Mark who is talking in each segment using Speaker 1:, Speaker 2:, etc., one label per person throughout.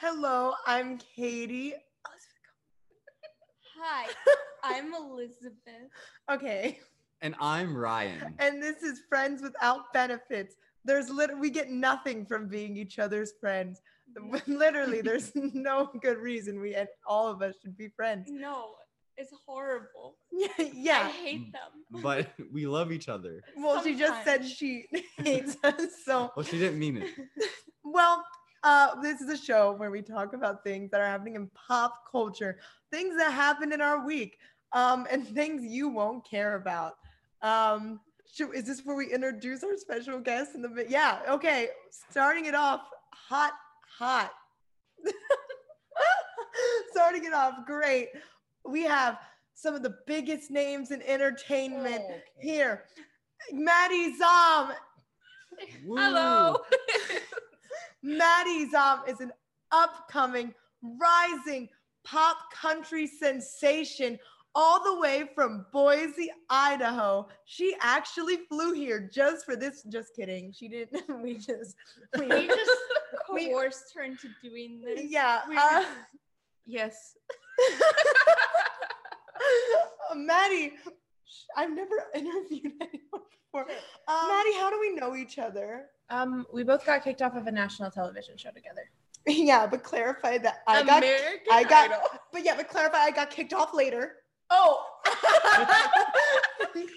Speaker 1: Hello, I'm Katie.
Speaker 2: Hi, I'm Elizabeth.
Speaker 1: Okay.
Speaker 3: And I'm Ryan.
Speaker 1: And this is Friends Without Benefits. There's lit- we get nothing from being each other's friends. Literally, there's no good reason we and all of us should be friends.
Speaker 2: No, it's horrible.
Speaker 1: Yeah,
Speaker 2: I
Speaker 1: yeah.
Speaker 2: hate them.
Speaker 3: But we love each other.
Speaker 1: Well, she just said she hates us. So,
Speaker 3: Well, Oh, she didn't mean it.
Speaker 1: well, uh, this is a show where we talk about things that are happening in pop culture, things that happened in our week, um, and things you won't care about. Um, should, is this where we introduce our special guest in the? vi- Yeah, okay. Starting it off, hot, hot. Starting it off, great. We have some of the biggest names in entertainment here. Maddie Zom
Speaker 3: Woo.
Speaker 2: Hello.
Speaker 1: Maddie Zom um, is an upcoming, rising pop country sensation all the way from Boise, Idaho. She actually flew here just for this. Just kidding. She didn't. We just. We,
Speaker 2: Oh. we just
Speaker 1: We-
Speaker 2: coerced her into doing this.
Speaker 1: yeah.
Speaker 2: We
Speaker 1: uh,
Speaker 2: Yes.
Speaker 1: Maddie, sh- I've never interviewed anyone before. Um, Maddie, how do we know each other?
Speaker 4: Um, we both got kicked off of a national television show together.
Speaker 1: Yeah, but clarify that I got.
Speaker 2: American
Speaker 1: I got-
Speaker 2: Idol.
Speaker 1: But yeah, but clarify I got kicked off later.
Speaker 4: Oh,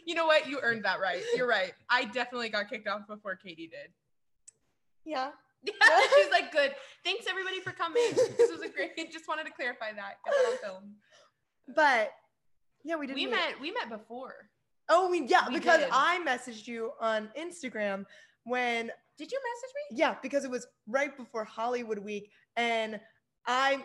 Speaker 4: you know what? You earned that right. You're right. I definitely got kicked off before Katie did.
Speaker 1: Yeah.
Speaker 4: She's like, good. Thanks everybody for coming. This was a great. Just wanted to clarify that. Get that on film.
Speaker 1: But yeah, we didn't.
Speaker 4: We
Speaker 1: meet.
Speaker 4: met. We met before.
Speaker 1: Oh, we yeah,
Speaker 4: we
Speaker 1: because
Speaker 4: did.
Speaker 1: I messaged you on Instagram when
Speaker 4: Did you message me?
Speaker 1: yeah, because it was right before Hollywood Week, and I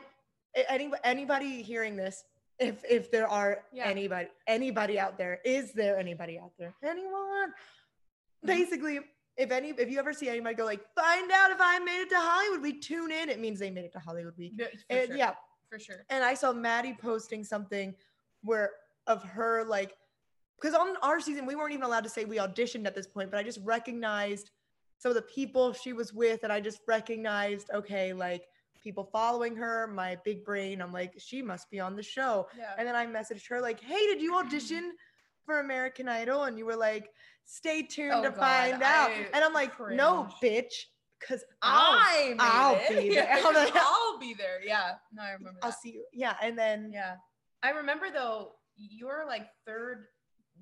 Speaker 1: a- any anybody hearing this, if if there are
Speaker 4: Yeah.
Speaker 1: anybody anybody out there, is there anybody out there? Anyone?
Speaker 4: Mm-hmm.
Speaker 1: Basically. If any, if you ever see anybody go like, find out if I made it to Hollywood Week, tune in. It means they made it to Hollywood Week.
Speaker 4: No, for
Speaker 1: And
Speaker 4: sure.
Speaker 1: yeah,
Speaker 4: for sure.
Speaker 1: and I saw Maddie posting something where of her like because on our season we weren't even allowed to say we auditioned at this point, but I just recognized some of the people she was with, and I just recognized okay, like people following her, my big brain. I'm like, she must be on the show.
Speaker 4: Yeah.
Speaker 1: And then I messaged her like, hey, did you audition for American Idol? And you were like, stay tuned
Speaker 4: Oh,
Speaker 1: to
Speaker 4: God,
Speaker 1: find out.
Speaker 4: I
Speaker 1: And I'm like, no, bitch, because I'll, I'll be there.
Speaker 4: Yeah,
Speaker 1: Hold on.
Speaker 4: I'll be there. Yeah. No, I remember.
Speaker 1: I'll
Speaker 4: that.
Speaker 1: see you. Yeah, and then
Speaker 4: Yeah. I remember though, your like third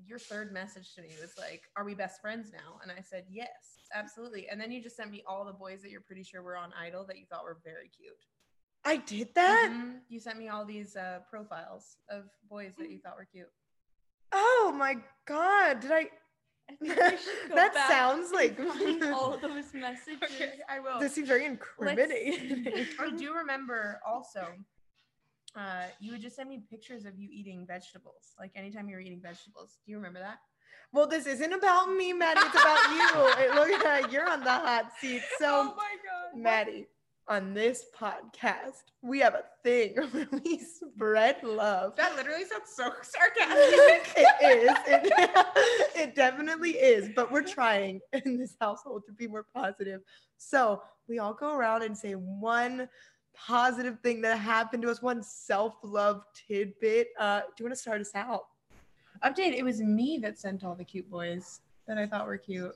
Speaker 4: your third message to me was like, Are we best friends now? And I said, Yes, absolutely. And then you just sent me all the boys that you're pretty sure were on Idol that you thought were very cute.
Speaker 1: I did that.
Speaker 4: Mhm. You sent me all these uh, profiles of boys that you thought were cute.
Speaker 1: Oh my god, did I
Speaker 2: I think we should go
Speaker 1: That
Speaker 2: back
Speaker 1: sounds
Speaker 2: and
Speaker 1: like-
Speaker 2: find all those messages.
Speaker 4: I will.
Speaker 1: this seems very incriminating.
Speaker 4: I do remember also. Uh, you would just send me pictures of you eating vegetables, like anytime you were eating vegetables. Do you remember that?
Speaker 1: well, this isn't about me, Maddie, it's about you. It looks like you're on the hot seat. So
Speaker 4: Oh my god!
Speaker 1: Maddie, on this podcast, we have a thing where we spread love.
Speaker 4: That literally sounds so sarcastic.
Speaker 1: it is. It, it definitely is. But we're trying in this household to be more positive. So we all go around and say one positive thing that happened to us, one self love tidbit. Uh, do you want to start us out?
Speaker 4: Update, it was me that sent all the cute boys that I thought were cute.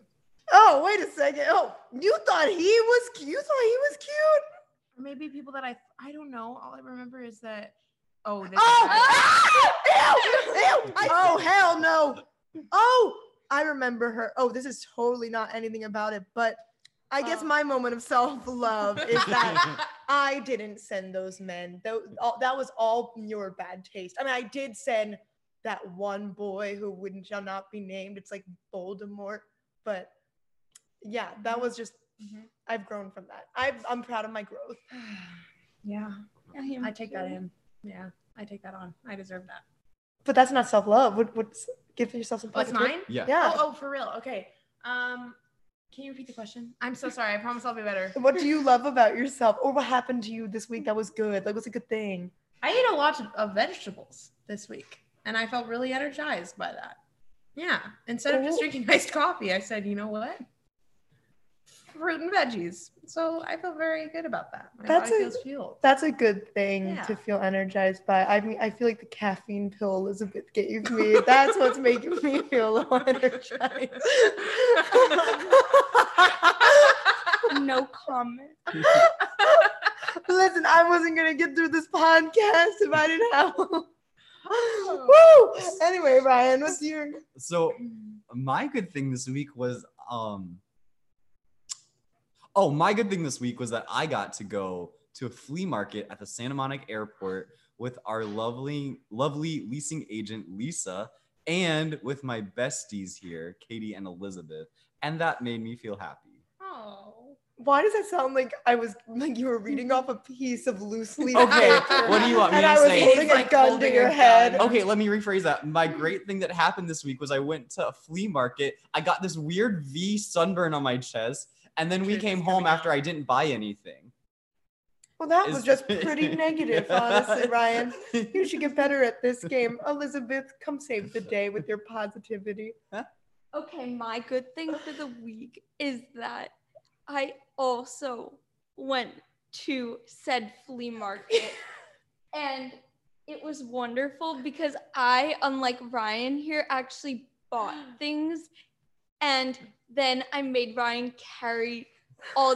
Speaker 1: Oh, wait a second. Oh, you thought he was cu- you thought he was cute?
Speaker 4: Or maybe people that I I don't know. All I remember is that oh this
Speaker 1: Oh, ah!
Speaker 4: is-
Speaker 1: ew, ew. I- oh hell no. Oh, I remember her. Oh, this is totally not anything about it, but I guess
Speaker 4: Oh.
Speaker 1: my moment of self love is that I didn't send those men. Tho- all- That was all your bad taste. I mean, I did send that one boy who wouldn't shall not be named. It's like Voldemort, but yeah, that was just.
Speaker 4: Mhm.
Speaker 1: I've grown from that. I've, I'm proud of my growth.
Speaker 4: yeah,
Speaker 2: am
Speaker 4: I take that
Speaker 2: too.
Speaker 4: in. Yeah, I take that on. I deserve that.
Speaker 1: But that's not self love. What, what's give yourself some?
Speaker 4: What's
Speaker 1: positivity.
Speaker 4: mine?
Speaker 3: Yeah.
Speaker 1: Yeah.
Speaker 4: Oh, oh, for real. Okay. Um, can you repeat the question? I'm so sorry. I promise I'll be better.
Speaker 1: What do you love about yourself, or what happened to you this week that was good? Like, what's a good thing?
Speaker 4: I ate a lot of- of vegetables this week, and I felt really energized by that. Yeah. Instead of just
Speaker 1: Ooh.
Speaker 4: drinking iced coffee, I said, you know what? fruit and veggies. So I feel very good about that. My
Speaker 1: That's
Speaker 4: body
Speaker 1: a-
Speaker 4: feels fueled.
Speaker 1: That's a good thing to
Speaker 4: Yeah.
Speaker 1: feel energized by. I mean, I feel like the caffeine pill Elizabeth gave me. That's what's making me feel low energized.
Speaker 2: no comment.
Speaker 1: Listen, I wasn't gonna get through this podcast if I didn't have.
Speaker 4: Oh.
Speaker 1: Woo! Anyway, Ryan, what's your
Speaker 3: So my good thing this week was um oh my good thing this week was that I got to go to a flea market at the Santa Monica Airport with our lovely lovely leasing agent Lisa and with my besties here Katie and Elizabeth and that made me feel happy.
Speaker 4: Oh.
Speaker 1: Why does that sound like I was like you were reading off a piece of loosely?
Speaker 3: Okay,
Speaker 1: paper
Speaker 3: what do you want me
Speaker 1: and
Speaker 3: to
Speaker 1: I was
Speaker 3: say?
Speaker 1: holding a
Speaker 4: Like
Speaker 1: gun to
Speaker 4: holding
Speaker 1: your
Speaker 4: a
Speaker 1: head.
Speaker 4: gun.
Speaker 3: Okay, let me rephrase that. My great thing that happened this week was I went to a flea market. I got this weird V sunburn on my chest and then we
Speaker 4: Truth is
Speaker 3: came home
Speaker 4: coming out.
Speaker 3: after I didn't buy anything.
Speaker 1: Well, that was
Speaker 3: is-
Speaker 1: just pretty negative, honestly, Ryan. You should get better at this game, Elizabeth. Come save the day with your positivity.
Speaker 2: Okay, my good thing for the week is that I also went to said flea market and it was wonderful because I, unlike Ryan here, actually bought things and then I made Ryan carry all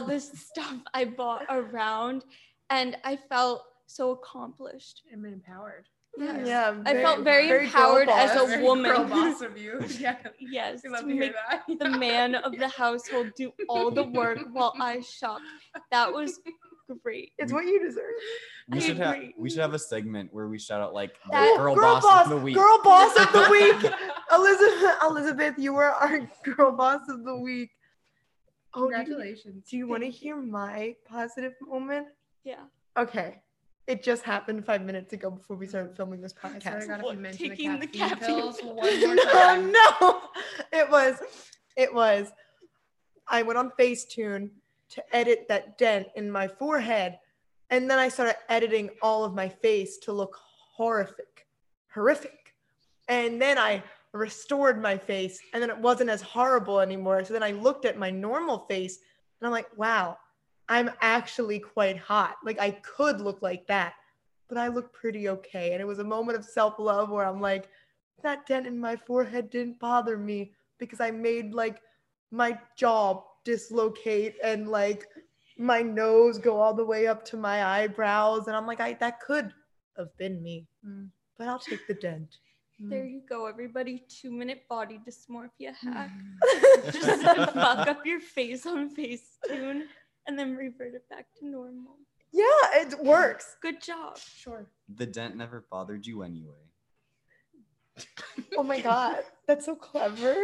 Speaker 2: this stuff I bought around and I felt so accomplished.
Speaker 4: I'm empowered.
Speaker 2: Yes.
Speaker 1: Yeah,
Speaker 2: I felt very,
Speaker 1: very girl
Speaker 2: empowered as
Speaker 1: boss.
Speaker 2: a
Speaker 4: Very girl
Speaker 2: woman.
Speaker 4: boss of you. Yeah.
Speaker 2: Yes,
Speaker 4: We love
Speaker 2: to
Speaker 4: to hear
Speaker 2: make
Speaker 4: that.
Speaker 2: the man of the household do all the work while I shopped. That was great.
Speaker 1: It's what you deserve.
Speaker 3: We
Speaker 2: I
Speaker 3: should have
Speaker 2: agree.
Speaker 3: we should have a segment where we shout out like the
Speaker 2: That-
Speaker 3: girl, boss, of the week.
Speaker 1: Girl boss of the week. Elizabeth, Elizabeth, you were our girl boss of the week. Oh, do you-
Speaker 4: Congratulations.
Speaker 1: do you want to hear my positive moment?
Speaker 2: Yeah.
Speaker 1: Okay. It just happened five minutes ago before we started filming this
Speaker 4: I swear to
Speaker 1: podcast.
Speaker 4: God, if
Speaker 2: What,
Speaker 4: you mention
Speaker 2: taking the
Speaker 4: the caffeine
Speaker 2: caffeine
Speaker 4: pills
Speaker 2: pill-
Speaker 4: one more time.
Speaker 1: no, it was, it was. I went on Facetune to edit that dent in my forehead, and then I started editing all of my face to look horrific, horrific. And then I restored my face, and then it wasn't as horrible anymore. So then I looked at my normal face, and I'm like, wow, I'm actually quite hot. Like I could look like that, but I look pretty okay. And it was a moment of self love where I'm like, that dent in my forehead didn't bother me because I made like my jaw dislocate and like my nose go all the way up to my eyebrows. And I'm like, I that could have been me,
Speaker 4: Mm.
Speaker 1: but I'll take the dent.
Speaker 2: There you go, everybody. Two minute body dysmorphia hack.
Speaker 4: Mm.
Speaker 2: Just fuck up your face on Facetune and then revert it back to normal.
Speaker 1: Yeah, it works.
Speaker 2: Good job.
Speaker 4: Sure.
Speaker 3: The dent never bothered you anyway.
Speaker 1: Oh my god, that's so clever.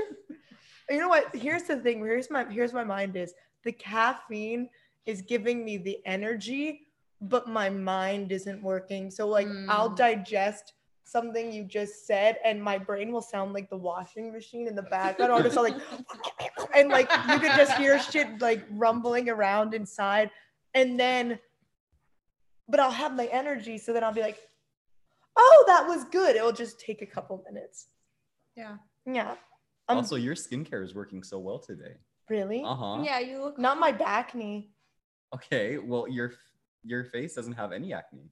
Speaker 1: You know what? Here's the thing. Here's my here's my mind is the caffeine is giving me the energy, but my mind isn't working. So like I'll
Speaker 4: Mm.
Speaker 1: digest something you just said, and my brain will sound like the washing machine in the background, or just like and like you could just hear shit like rumbling around inside, and then but I'll have my energy, so then I'll be like, oh, that was good. It'll just take a couple minutes.
Speaker 4: Yeah.
Speaker 1: Yeah. Um,
Speaker 3: also, your skincare is working so well today.
Speaker 1: really?
Speaker 3: Uh huh.
Speaker 2: Yeah, you look
Speaker 1: Not my back knee.
Speaker 3: Okay. Well, your your face doesn't have any acne.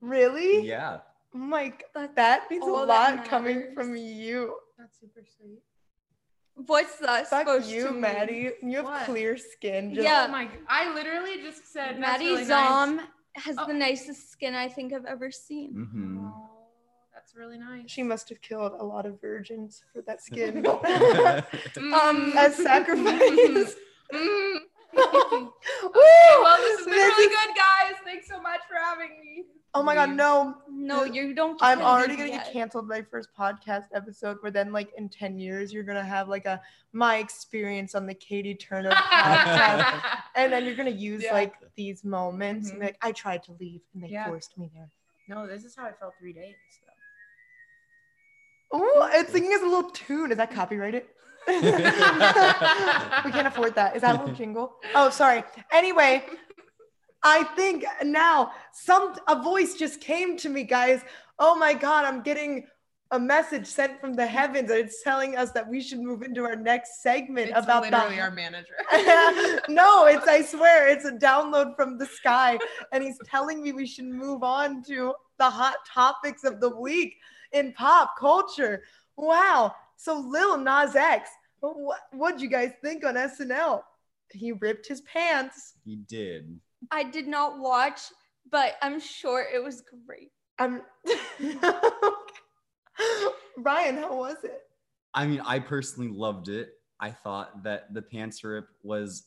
Speaker 1: Really?
Speaker 3: Yeah.
Speaker 1: Oh my g-
Speaker 2: That's
Speaker 1: that means a
Speaker 2: all
Speaker 1: lot
Speaker 2: Oh, that
Speaker 1: coming
Speaker 2: matters.
Speaker 1: from you.
Speaker 4: That's super sweet.
Speaker 2: what's that
Speaker 1: Fuck
Speaker 2: supposed
Speaker 1: you,
Speaker 2: to mean?
Speaker 1: Maddie. You have
Speaker 4: What?
Speaker 1: clear skin.
Speaker 2: Yeah.
Speaker 4: Oh my! I literally just said that's
Speaker 2: Maddie
Speaker 4: really
Speaker 2: Zom
Speaker 4: Nice.
Speaker 2: has
Speaker 4: Oh.
Speaker 2: the nicest skin I think I've ever seen.
Speaker 3: Mm-hmm.
Speaker 4: Oh, that's really nice.
Speaker 1: She must have killed a lot of virgins for that skin.
Speaker 2: Um,
Speaker 1: As sacrifice.
Speaker 4: Mm.
Speaker 1: Woo!
Speaker 4: Okay, well, this has been
Speaker 1: This
Speaker 4: really
Speaker 1: is-
Speaker 4: good, guys. Thanks so much for having me.
Speaker 1: Oh my god,
Speaker 4: Weird.
Speaker 1: no.
Speaker 2: No, you don't. get
Speaker 1: I'm
Speaker 2: to
Speaker 1: already
Speaker 2: leave
Speaker 1: gonna
Speaker 2: yet.
Speaker 1: get canceled my first podcast episode where then like in 10 years you're gonna have like a my experience on the Katie Turner podcast. and then you're gonna use
Speaker 4: Yeah.
Speaker 1: like these moments and be
Speaker 4: Mhm.
Speaker 1: like I tried to leave and they
Speaker 4: Yeah.
Speaker 1: forced me there.
Speaker 4: no, this is how I felt three days ago.
Speaker 1: Oh, it's singing as a little tune. Is that copyrighted? we can't afford that. Is that a little jingle? Oh, sorry. Anyway, I think now some a voice just came to me, guys. Oh my god, I'm getting a message sent from the heavens and it's telling us that we should move into our next segment
Speaker 4: It's
Speaker 1: about
Speaker 4: literally
Speaker 1: the
Speaker 4: our manager.
Speaker 1: no, it's I swear it's a download from the sky, and he's telling me we should move on to the hot topics of the week in pop culture. Wow. So Lil Nas X, what what'd you guys think on SNL? He ripped his pants.
Speaker 3: He did.
Speaker 2: I did not watch, but I'm sure it was great.
Speaker 1: I'm Ryan, how was it?
Speaker 3: I mean, I personally loved it. I thought that the pants rip was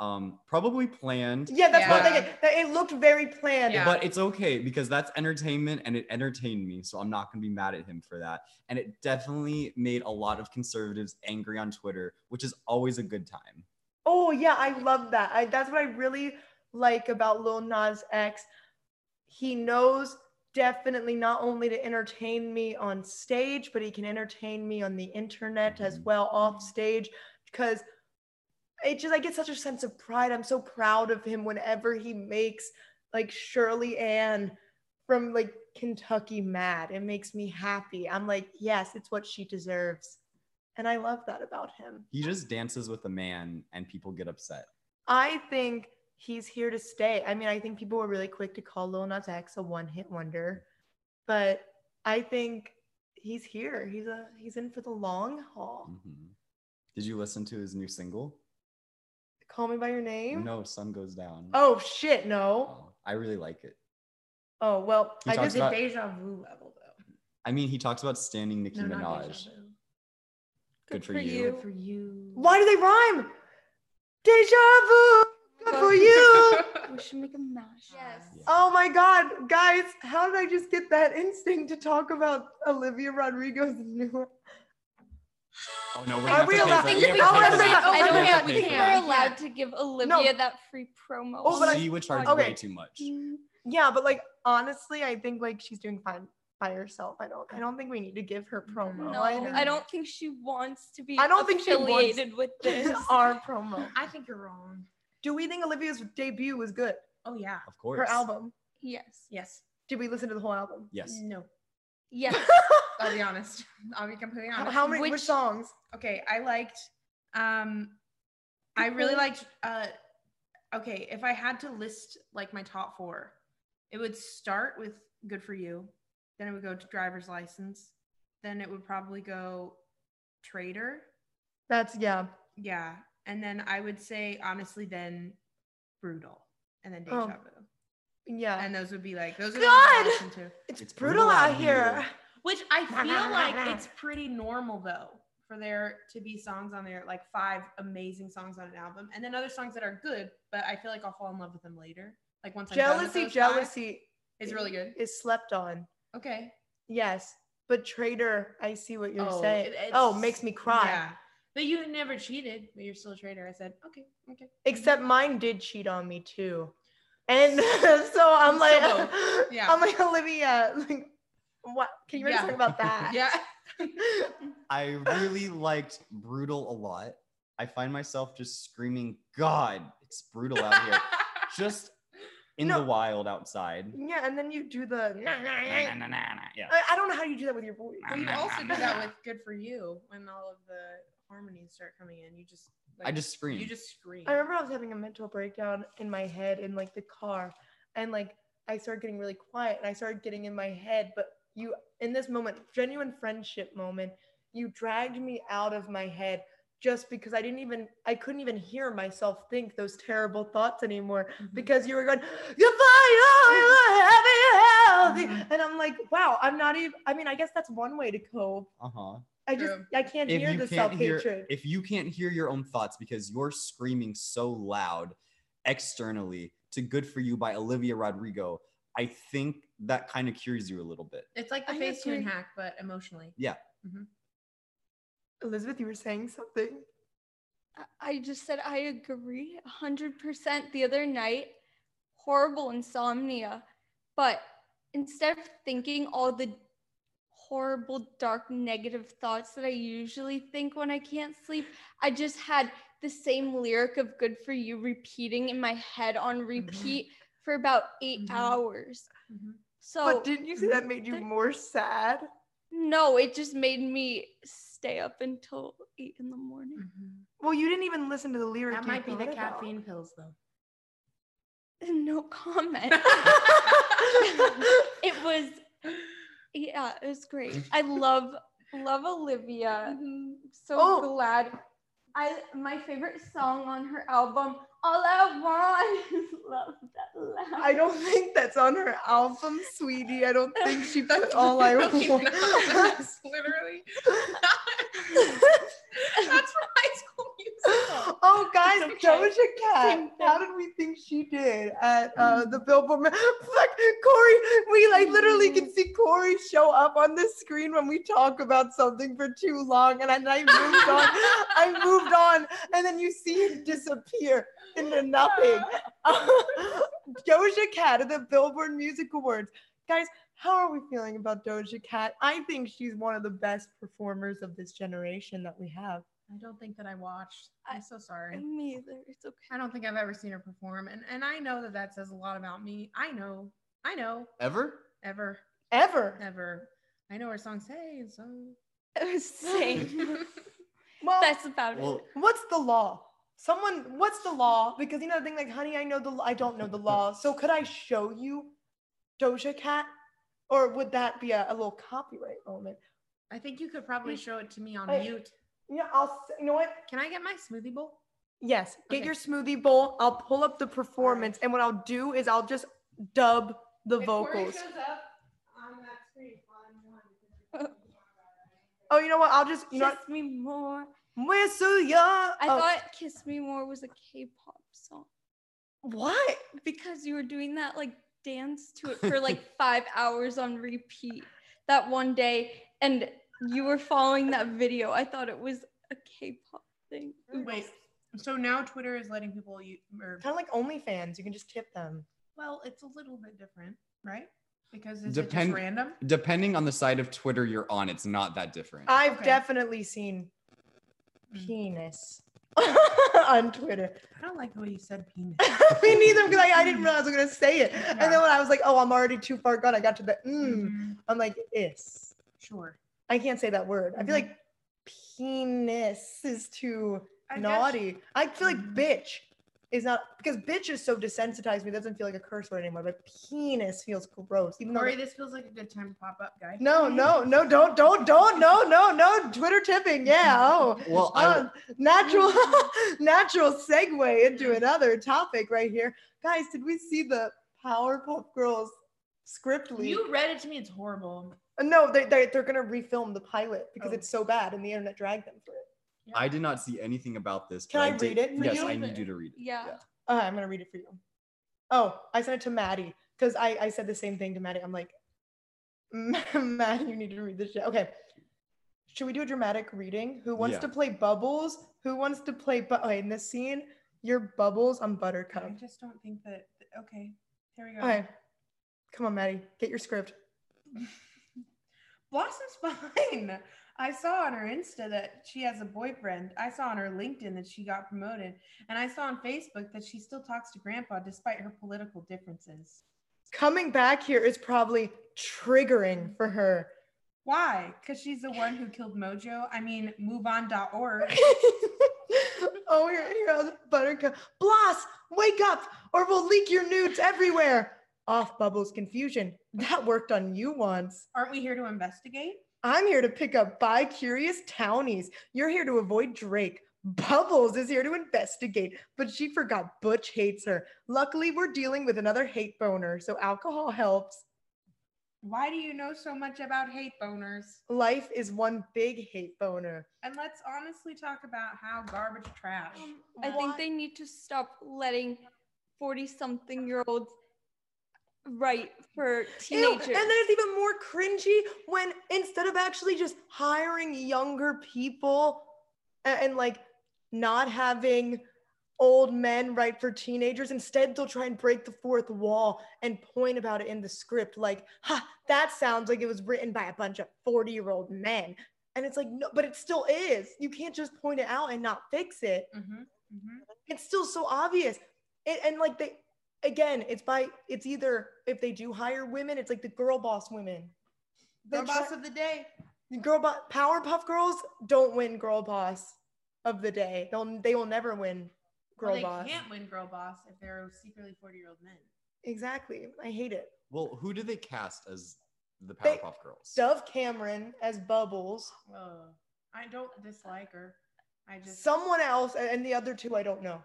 Speaker 3: um, probably planned,
Speaker 1: Yeah, that's what I'm
Speaker 4: Yeah.
Speaker 1: thinking. That It looked very planned.
Speaker 4: Yeah.
Speaker 3: but it's okay because that's entertainment and it entertained me. So I'm not going to be mad at him for that. And it definitely made a lot of conservatives angry on Twitter, which is always a good time.
Speaker 1: Oh yeah, I love that. I, that's what I really like about Lil Nas X. He knows definitely not only to entertain me on stage, but he can entertain me on the internet as
Speaker 3: Mhm.
Speaker 1: well off stage because it just I get such a sense of pride. I'm so proud of him whenever he makes like Shirley Ann from like Kentucky mad. It makes me happy. I'm like, yes, it's what she deserves. And I love that about him.
Speaker 3: He just dances with a man and people get upset.
Speaker 1: I think he's here to stay. I mean, I think people were really quick to call Lil Nas X a one-hit wonder, but I think he's here. He's a he's in for the long haul.
Speaker 3: Mhm. Did you listen to his new single?
Speaker 1: Call me by your name.
Speaker 3: No, Sun Goes Down.
Speaker 1: Oh shit, no.
Speaker 3: Oh, I really like it.
Speaker 1: Oh well,
Speaker 3: He
Speaker 1: I
Speaker 3: talks
Speaker 1: just
Speaker 3: about-
Speaker 4: deja vu level though.
Speaker 3: I mean, he talks about standing Nicki Minaj.
Speaker 4: deja vu.
Speaker 3: Good for
Speaker 4: Good for you.
Speaker 1: why do they rhyme? Deja vu. Good for you.
Speaker 2: We should make a mash. Yes.
Speaker 4: Yes.
Speaker 1: Oh my god, guys, how did I just get that instinct to talk about Olivia Rodrigo's new
Speaker 3: Oh no, we're
Speaker 1: Are we allowed-
Speaker 3: pay
Speaker 1: think
Speaker 3: for that.
Speaker 1: we
Speaker 3: We have to
Speaker 1: can-
Speaker 3: pay for that.
Speaker 1: Oh,
Speaker 2: I
Speaker 1: we
Speaker 2: don't
Speaker 1: have
Speaker 2: think
Speaker 1: to
Speaker 2: we
Speaker 1: pay
Speaker 2: can-
Speaker 1: for
Speaker 2: we're
Speaker 1: that.
Speaker 2: allowed to give Olivia that free promo.
Speaker 1: Oh, but I-
Speaker 3: she would charge
Speaker 1: okay.
Speaker 3: way too much.
Speaker 1: Yeah, but like honestly, I think like she's doing fine by herself. I don't I don't think we need to give her promo.
Speaker 2: No,
Speaker 1: I,
Speaker 2: I don't think she wants to be
Speaker 1: I don't think she wants-
Speaker 2: affiliated with this.
Speaker 1: our promo.
Speaker 4: I think you're wrong.
Speaker 1: Do we think Olivia's debut was good?
Speaker 4: Oh yeah.
Speaker 3: Of course.
Speaker 1: Her album.
Speaker 2: yes.
Speaker 4: Yes.
Speaker 1: Did we listen to the whole album?
Speaker 3: Yes.
Speaker 4: No.
Speaker 2: Yes.
Speaker 4: I'll be honest. I'll be completely
Speaker 1: How,
Speaker 4: honest.
Speaker 1: how many which,
Speaker 2: Which-
Speaker 1: songs?
Speaker 4: okay, I liked um I really
Speaker 1: Mm-hmm.
Speaker 4: liked uh okay, if I had to list like my top 4, it would start with Good for You, then it would go to Driver's License, then it would probably go Trader.
Speaker 1: That's yeah.
Speaker 4: Yeah, and then I would say honestly then Brutal and then Deja
Speaker 1: Oh.
Speaker 4: Vu.
Speaker 1: Yeah.
Speaker 4: And those would be like those are
Speaker 1: God!
Speaker 4: the ones I listen to.
Speaker 1: it's,
Speaker 3: It's
Speaker 1: brutal,
Speaker 3: brutal
Speaker 1: out
Speaker 3: out
Speaker 1: here.
Speaker 3: here.
Speaker 4: Which I feel like it's pretty normal though for there to be songs on there, like five amazing songs on an album, and then other songs that are good, but I feel like I'll fall in love with them later. Like once I'm done with
Speaker 1: Jealousy,
Speaker 4: those
Speaker 1: jealousy
Speaker 4: five, is really good.
Speaker 1: is slept on.
Speaker 4: Okay.
Speaker 1: Yes. But traitor, I see what you're
Speaker 4: Oh,
Speaker 1: saying.
Speaker 4: it- it's-
Speaker 1: oh, makes me cry.
Speaker 4: Yeah. But you never cheated, but you're still a traitor. I said, okay, okay.
Speaker 1: Except mine did cheat on me too. And so I'm
Speaker 4: So
Speaker 1: like,
Speaker 4: both. Yeah.
Speaker 1: I'm like, Olivia, like, what? Can you really
Speaker 4: Yeah.
Speaker 1: talk about that?
Speaker 4: Yeah.
Speaker 3: I really liked Brutal a lot. I find myself just screaming, God, it's brutal out here. just in
Speaker 1: No.
Speaker 3: the wild outside.
Speaker 1: Yeah. And then you do the,
Speaker 3: Na,
Speaker 1: I,
Speaker 3: na, na, na. Yeah.
Speaker 1: I don't know how you do that with your voice.
Speaker 4: Well, you also do that with Good For You when all of the harmonies start coming in. You just like,
Speaker 3: I just scream.
Speaker 4: you just scream.
Speaker 1: I remember I was having a mental breakdown in my head in like the car, and like I started getting really quiet and I started getting in my head. But you, in this moment, genuine friendship moment, you dragged me out of my head just because I didn't even, I couldn't even hear myself think those terrible thoughts anymore
Speaker 3: Mm-hmm.
Speaker 4: Mm-hmm.
Speaker 1: because you were going, you're fine, oh, you're happy, you're
Speaker 3: Mm-hmm.
Speaker 1: healthy. And I'm like, wow, I'm not even, I mean, I guess that's one way to cope.
Speaker 3: Uh-huh.
Speaker 1: I just,
Speaker 4: True.
Speaker 1: I can't
Speaker 3: If
Speaker 1: hear
Speaker 3: you
Speaker 1: the
Speaker 3: can't
Speaker 1: self
Speaker 3: hear
Speaker 1: hatred.
Speaker 3: if you can't hear your own thoughts because you're screaming so loud externally to Good For You by Olivia Rodrigo, I think that kind of cures you a little bit.
Speaker 4: It's like the
Speaker 1: I
Speaker 4: Facetune
Speaker 1: agree.
Speaker 4: hack, but emotionally.
Speaker 1: Elizabeth, you were saying something.
Speaker 2: I- I just said I agree 100% the other night. Horrible insomnia. But instead of thinking all the horrible, dark, negative thoughts that I usually think when I can't sleep, I just had the same lyric of Good For You repeating in my head on
Speaker 1: Mm-hmm.
Speaker 2: repeat for about 8
Speaker 4: Mhm.
Speaker 2: hours.
Speaker 4: Mhm.
Speaker 2: So
Speaker 1: but didn't Mm-hmm. you say that made you
Speaker 2: there-
Speaker 1: more sad?
Speaker 2: No, it just made me stay up until eight in the morning.
Speaker 1: Well, you didn't even listen to the lyric.
Speaker 4: That
Speaker 1: you
Speaker 4: might be the
Speaker 1: thought about.
Speaker 4: caffeine pills, though.
Speaker 1: Mm-hmm.
Speaker 2: No comment. it was, yeah, it was great. I love love Olivia. So
Speaker 1: Oh.
Speaker 2: glad. I my favorite song on her album, All I Want is Love That Lasts.
Speaker 1: I don't think that's on her album, sweetie. I don't think she put all I
Speaker 4: Really not.
Speaker 1: want.
Speaker 4: That's literally. That's from High School Musical.
Speaker 1: Oh, guys,
Speaker 4: It's okay.
Speaker 1: Doja Cat.
Speaker 2: Same thing.
Speaker 1: How did we think she did at uh, the Billboard? Ma- Fuck, Corey. We like literally can see Corey show up on the screen when we talk about something for too long, and I, I moved on. I moved on, and then you see him disappear into nothing. Doja Cat at the Billboard Music Awards. Guys, how are we feeling about Doja Cat? I think she's one of the best performers of this generation that we have.
Speaker 4: I don't think that I watched. I'm so sorry.
Speaker 2: Me either. It's okay.
Speaker 4: I don't think I've ever seen her perform, and and I know that that says a lot about me. I know, I know,
Speaker 3: Ever?
Speaker 4: ever,
Speaker 1: Ever.
Speaker 4: ever. I know her songs. Hey, so
Speaker 2: Same.
Speaker 1: Well,
Speaker 2: That's about
Speaker 3: Well,
Speaker 2: it.
Speaker 1: what's the law? Someone, what's the law? Because you know the thing, like, honey, I know the, I don't know the law. So could I show you Doja Cat, or would that be a, a little copyright moment?
Speaker 4: I think you could probably show it to me on
Speaker 1: Hey.
Speaker 4: mute.
Speaker 1: Yeah, I'll. s- You know what?
Speaker 4: Can I get my smoothie bowl?
Speaker 1: Yes, get
Speaker 4: Okay.
Speaker 1: your smoothie bowl. I'll pull up the performance, and what I'll do is I'll just dub the vocals.
Speaker 4: up on that screen,
Speaker 1: Oh, you know what? I'll just you
Speaker 2: Kiss
Speaker 1: know
Speaker 2: me more.
Speaker 1: what? we're so young.
Speaker 2: I
Speaker 1: Oh,
Speaker 2: thought "Kiss Me More" was a K-pop song
Speaker 1: what?
Speaker 2: because you were doing that like dance to it for like five hours on repeat that one day, and you were following that video. I thought it was a K-pop thing.
Speaker 4: Wait. So now Twitter is letting people use, or,
Speaker 1: Kind of like OnlyFans. You can just tip them.
Speaker 4: well, it's a little bit different, right? Because is it
Speaker 3: Depend-
Speaker 4: just random?
Speaker 3: depending on the side of Twitter you're on, it's not that different.
Speaker 1: I've
Speaker 4: Okay.
Speaker 1: definitely seen Hmm.
Speaker 4: Mm.
Speaker 1: penis on Twitter.
Speaker 4: I don't like the way you said penis.
Speaker 1: Me neither, because I, I didn't realize I was gonna say it. And then when I was like, oh, I'm already too far gone. I got to the mm.
Speaker 4: Mhm.
Speaker 1: I'm like, is.
Speaker 4: Sure.
Speaker 1: I can't say that word. I feel
Speaker 4: Mhm.
Speaker 1: like penis is too
Speaker 4: I guess-
Speaker 1: naughty. I feel like
Speaker 4: Mhm.
Speaker 1: bitch is not because bitch is so desensitized me. It doesn't feel like a curse word anymore. But penis feels gross, even though.
Speaker 4: Corey, this feels like a good time to pop up, guys.
Speaker 1: no, no, no, don't, don't, don't, no, no, no. Twitter tipping, yeah. Oh,
Speaker 3: well, I,
Speaker 1: Oh, natural natural segue into another topic right here. Guys, did we see the Powerpuff Girls script leak?
Speaker 4: You read it to me. It's horrible.
Speaker 1: Uh, no, they, they, they're going to refilm the pilot because
Speaker 4: Oh.
Speaker 1: it's so bad and the internet dragged them for it.
Speaker 3: I did not see anything about this.
Speaker 1: Can
Speaker 3: but
Speaker 1: I read
Speaker 3: did-
Speaker 1: it for
Speaker 3: Yes,
Speaker 1: you?
Speaker 3: I need you to read it.
Speaker 2: Yeah.
Speaker 1: Uh, I'm going to read it for you. Oh, I sent it to Maddie because I, I said the same thing to Maddie. I'm like, Maddie, you need to read this shit. Okay. Should we do a dramatic reading? Who wants
Speaker 3: Yeah.
Speaker 1: to play Bubbles? Who wants to play? Bu- oh, in this scene, you're Bubbles on Buttercup.
Speaker 4: I just don't think that. Okay, here we go.
Speaker 1: Okay. Come on, Maddie. Get your script.
Speaker 4: Blossom's fine. I saw on her Insta that she has a boyfriend. I saw on her LinkedIn that she got promoted, and I saw on Facebook that she still talks to Grandpa despite her political differences.
Speaker 1: Coming back here is probably triggering for her.
Speaker 4: Why? Because she's the one who killed Mojo. I mean, MoveOn.org.
Speaker 1: oh, here, here, I'll- Buttercup. Bloss, wake up, or we'll leak your nudes everywhere. Off bubbles confusion. That worked on you once.
Speaker 4: Aren't we here to investigate?
Speaker 1: I'm here to pick up bi curious townies. You're here to avoid Drake. Bubbles is here to investigate, but she forgot Butch hates her. Luckily, we're dealing with another hate boner, so alcohol helps.
Speaker 4: Why do you know so much about hate boners?
Speaker 1: Life is one big hate boner.
Speaker 4: And let's honestly talk about how garbage trash.
Speaker 2: I
Speaker 1: Why-
Speaker 2: think they need to stop letting 40 something year olds write for
Speaker 1: Ew, and
Speaker 2: teenagers.
Speaker 1: then it's even more cringy when instead of actually just hiring younger people a- and, like not having old men write for teenagers, instead they'll try and break the fourth wall and point about it in the script like, ha, that sounds like it was written by a bunch of 40 year old men. And it's like, no, but it still is. You can't just point it out and not fix it
Speaker 4: Mhm, mhm.
Speaker 1: it's still so obvious it, and like they again it's by it's either if they do hire women it's like the girl boss women They're
Speaker 4: Girl boss
Speaker 1: try-
Speaker 4: of the day.
Speaker 1: girl boss Powerpuff Girls don't win girl boss of the day. They'll they will never win girl
Speaker 4: Well, they
Speaker 1: boss.
Speaker 4: can't win girl boss if they're secretly 40 year old men.
Speaker 1: Exactly. I hate it.
Speaker 3: Well, who do they cast as the
Speaker 1: They-
Speaker 3: Powerpuff Girls?
Speaker 1: Dove Cameron as Bubbles.
Speaker 4: Oh, I don't dislike her. I just
Speaker 1: Someone else and the other two I don't know.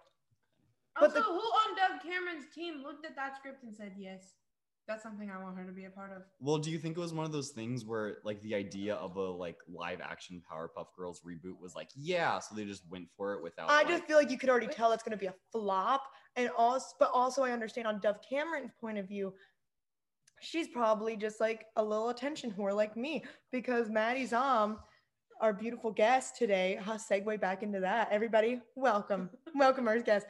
Speaker 1: but
Speaker 4: also
Speaker 1: the-
Speaker 4: who on Doug Cameron's team looked at that script and said yes. That's something I want her to be a part of.
Speaker 3: Well, do you think it was one of those things where like the idea of a like live action Powerpuff Girls reboot was like, yeah, so they just went for it without
Speaker 1: I just
Speaker 3: like-
Speaker 1: feel like you could already tell it's going to be a flop. And also, but also, I understand on Dove Cameron's point of view, she's probably just like a little attention whore like me because Maddie Zom, our beautiful guest today, I'll segue back into that. Everybody, welcome, welcome our guest.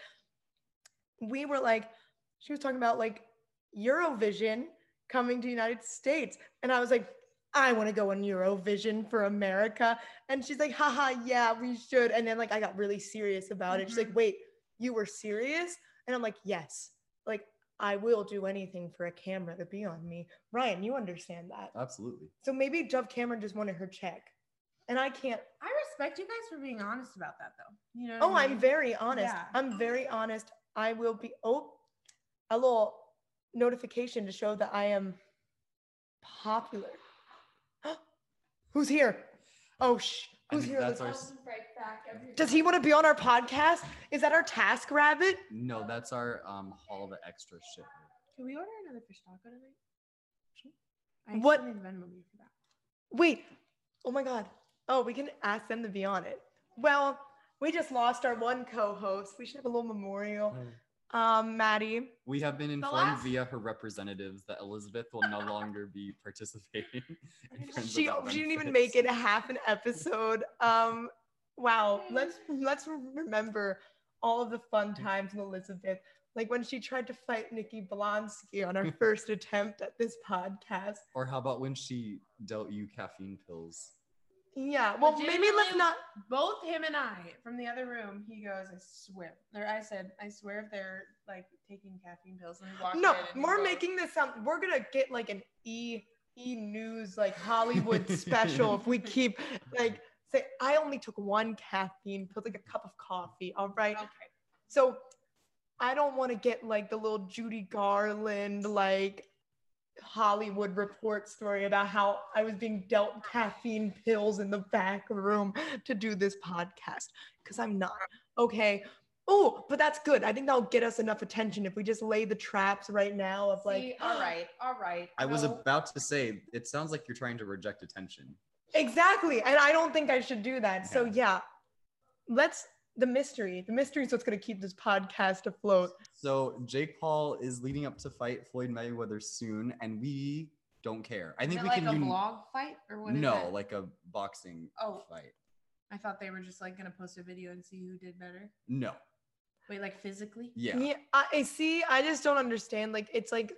Speaker 1: We were like, she was talking about like Eurovision coming to United States, and I was like. I want to go on Eurovision for America. And she's like, haha, yeah, we should. And then like I got really serious about it. She's like, wait, you were serious? And I'm like, yes. Like I will do anything for a camera to be on me. Ryan, you understand that.
Speaker 3: absolutely.
Speaker 1: So maybe Dove Cameron just wanted her check. And I can't.
Speaker 4: I respect you guys for being honest about that though. You know. what
Speaker 1: Oh,
Speaker 4: I
Speaker 1: I'm
Speaker 4: mean?
Speaker 1: very honest.
Speaker 4: Mm. Yeah.
Speaker 1: I'm very honest. I will be oh a little notification to show that I am popular. Who's here? Oh shh.
Speaker 3: I
Speaker 1: Who's
Speaker 3: think
Speaker 1: here?
Speaker 3: that's our
Speaker 2: I'll
Speaker 3: s-
Speaker 2: be right back. everybody.
Speaker 1: Does he want to be on our podcast? Is that our task rabbit?
Speaker 3: No, that's our um haul the extra shit.
Speaker 4: Can we order another fish taco tonight? I
Speaker 1: What-
Speaker 4: actually need Venmo you for that.
Speaker 1: Wait. Oh my God. Oh, we can ask them to be on it. Well, we just lost our one co-host. We should have a little memorial. Um, Maddie.
Speaker 3: We have been informed
Speaker 4: last-
Speaker 3: via her representatives that Elizabeth will no longer be participating. in Friends
Speaker 1: She
Speaker 3: Without
Speaker 1: she didn't even
Speaker 3: Benefits.
Speaker 1: make it a half an episode. Um, wow. Let's let's remember all of the fun times with Elizabeth. Like when she tried to fight Nikki Blonsky on our first attempt at this podcast.
Speaker 3: Or how about when she dealt you caffeine pills?
Speaker 1: Yeah. Well, maybe let's
Speaker 4: Legitimately-
Speaker 1: not
Speaker 4: both him and I from the other room, he goes, I swear. Or I said, I swear if they're like taking caffeine pills and we walked
Speaker 1: No,
Speaker 4: in and he
Speaker 1: we're
Speaker 4: goes,
Speaker 1: making this sound. We're gonna get like an E E News like Hollywood special if we keep like say I only took one caffeine pill, like a cup of coffee. All right,
Speaker 4: Okay.
Speaker 1: so I don't want to get like the little Judy Garland like Hollywood report story about how I was being dealt caffeine pills in the back room to do this podcast because I'm not okay. Oh, but that's good. I think that'll get us enough attention if we just lay the traps right now of like,
Speaker 4: See, all right, all right.
Speaker 3: I was
Speaker 4: no."
Speaker 3: about to say, it sounds like you're trying to reject attention.
Speaker 1: Exactly. And I don't think I should do that. So yeah. Let's the mystery. The mystery is what's gonna keep this podcast afloat.
Speaker 3: So Jake Paul is leading up to fight Floyd Mayweather soon, and we don't care. I
Speaker 4: Is
Speaker 3: think
Speaker 4: it
Speaker 3: we
Speaker 4: like
Speaker 3: can
Speaker 4: a
Speaker 3: uni-
Speaker 4: blog fight or what? is
Speaker 3: no,
Speaker 4: it?
Speaker 3: like a boxing
Speaker 4: Oh.
Speaker 3: fight.
Speaker 4: I thought they were just like gonna post a video and see who did better.
Speaker 3: No,
Speaker 4: Wait, like physically?
Speaker 3: yeah.
Speaker 1: I, I see. I just don't understand. Like it's like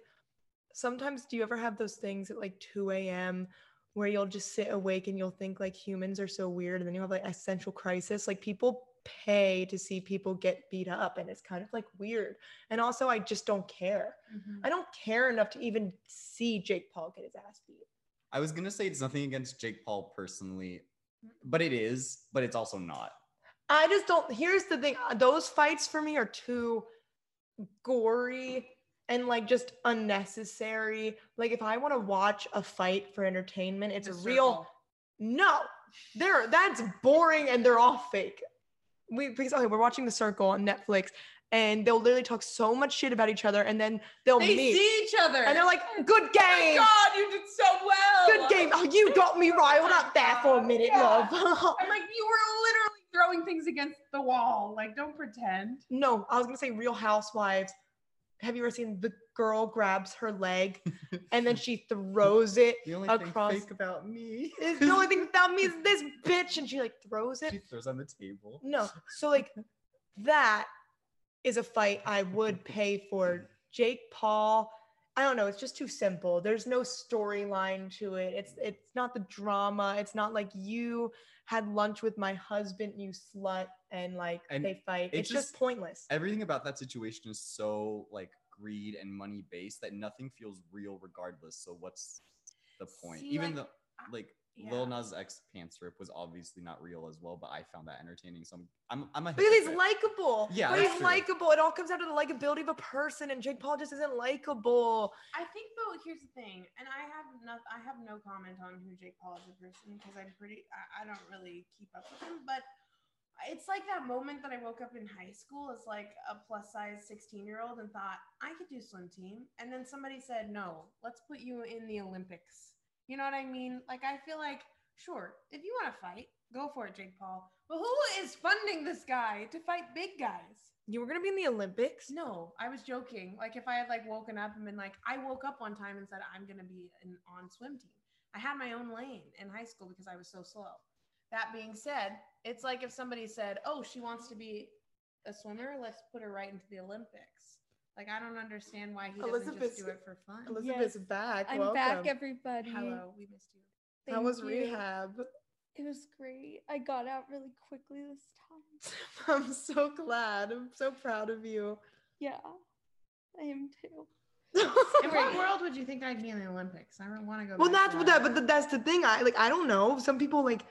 Speaker 1: sometimes do you ever have those things at like 2 a.m. where you'll just sit awake and you'll think like humans are so weird and then you have like essential crisis. Like people pay to see people get beat up and it's kind of like weird. And also I just don't care.
Speaker 4: Mhm.
Speaker 1: I don't care enough to even see Jake Paul get his ass beat.
Speaker 3: I was gonna say it's nothing against Jake Paul personally, but it is. But it's also not.
Speaker 1: I just don't. Here's the thing: uh, those fights for me are too gory and like just unnecessary. Like if I want to watch a fight for entertainment, it's
Speaker 4: The
Speaker 1: a real
Speaker 4: circle.
Speaker 1: no. There, that's boring, and they're all fake. We because okay, we're watching The Circle on Netflix, and they'll literally talk so much shit about each other, and then they'll
Speaker 4: They
Speaker 1: meet,
Speaker 4: see each other.
Speaker 1: and they're like, "Good
Speaker 4: oh my
Speaker 1: game,
Speaker 4: god, you did so well.
Speaker 1: good game." Oh, you got me riled up there for a minute,
Speaker 4: Yeah.
Speaker 1: love.
Speaker 4: I'm like, you were literally throwing things against the wall. Like, don't pretend.
Speaker 1: no, I was gonna say Real Housewives. Have you ever seen the girl grabs her leg and then she throws it?
Speaker 3: The only
Speaker 1: Across-
Speaker 3: thing fake about me
Speaker 1: It's the only thing that means this bitch, and she like throws
Speaker 3: she
Speaker 1: it.
Speaker 3: throws on the table.
Speaker 1: No, so like that is a fight I would pay for. Jake Paul, I don't know. It's just too simple. There's no storyline to it. It's it's not the drama. It's not like you had lunch with my husband, you slut, and like
Speaker 3: And
Speaker 1: they fight.
Speaker 3: it
Speaker 1: It's just,
Speaker 3: just-
Speaker 1: pointless.
Speaker 3: Everything about that situation is so like greed and money based that nothing feels real regardless. So what's the point?
Speaker 4: See,
Speaker 3: Even
Speaker 4: like-
Speaker 3: though like
Speaker 4: Yeah.
Speaker 3: Lil Nas X pants rip was obviously not real as well, but I found that entertaining. So I'm I'm, I'm a
Speaker 1: Because he's
Speaker 3: hypocrite.
Speaker 1: likable.
Speaker 3: Yeah,
Speaker 1: But
Speaker 3: that's
Speaker 1: he's
Speaker 3: true.
Speaker 1: likable. It all comes down to the likability of a person, and Jake Paul just isn't likable.
Speaker 4: I think, though, here's the thing, and I have no, I have no comment on who Jake Paul is a person because I'm pretty, I, I don't really keep up with him. But it's like that moment that I woke up in high school as like a plus size 16 year old and thought I could do swim team, and then somebody said, "No, let's put you in the Olympics." You know what I mean? Like I feel like, sure, if you want to fight, go for it, Jake Paul. But who is funding this guy to fight big guys?
Speaker 1: You were gonna be in the Olympics.
Speaker 4: No, I was joking. Like if I had like woken up and been like, I woke up one time and said I'm gonna be an on swim team. I had my own lane in high school because I was so slow. That being said, it's like if somebody said, "Oh, she wants to be a swimmer. Let's put her right into the Olympics." Like I don't understand why he doesn't
Speaker 1: Elizabeth's-
Speaker 4: just do it for fun.
Speaker 1: Elizabeth's back.
Speaker 2: I'm
Speaker 1: Welcome.
Speaker 2: back, everybody.
Speaker 4: Hello, we missed you.
Speaker 1: How was
Speaker 2: Thank you.
Speaker 1: rehab?
Speaker 2: It was great. I got out really quickly this time.
Speaker 1: I'm so glad. I'm so proud of you.
Speaker 2: Yeah, I am too.
Speaker 4: In what world would you think I'd be in the Olympics? I don't want to go.
Speaker 1: Well,
Speaker 4: back
Speaker 1: that's
Speaker 4: to
Speaker 1: what that, but th- that's the thing. I like, I don't know. Some people like,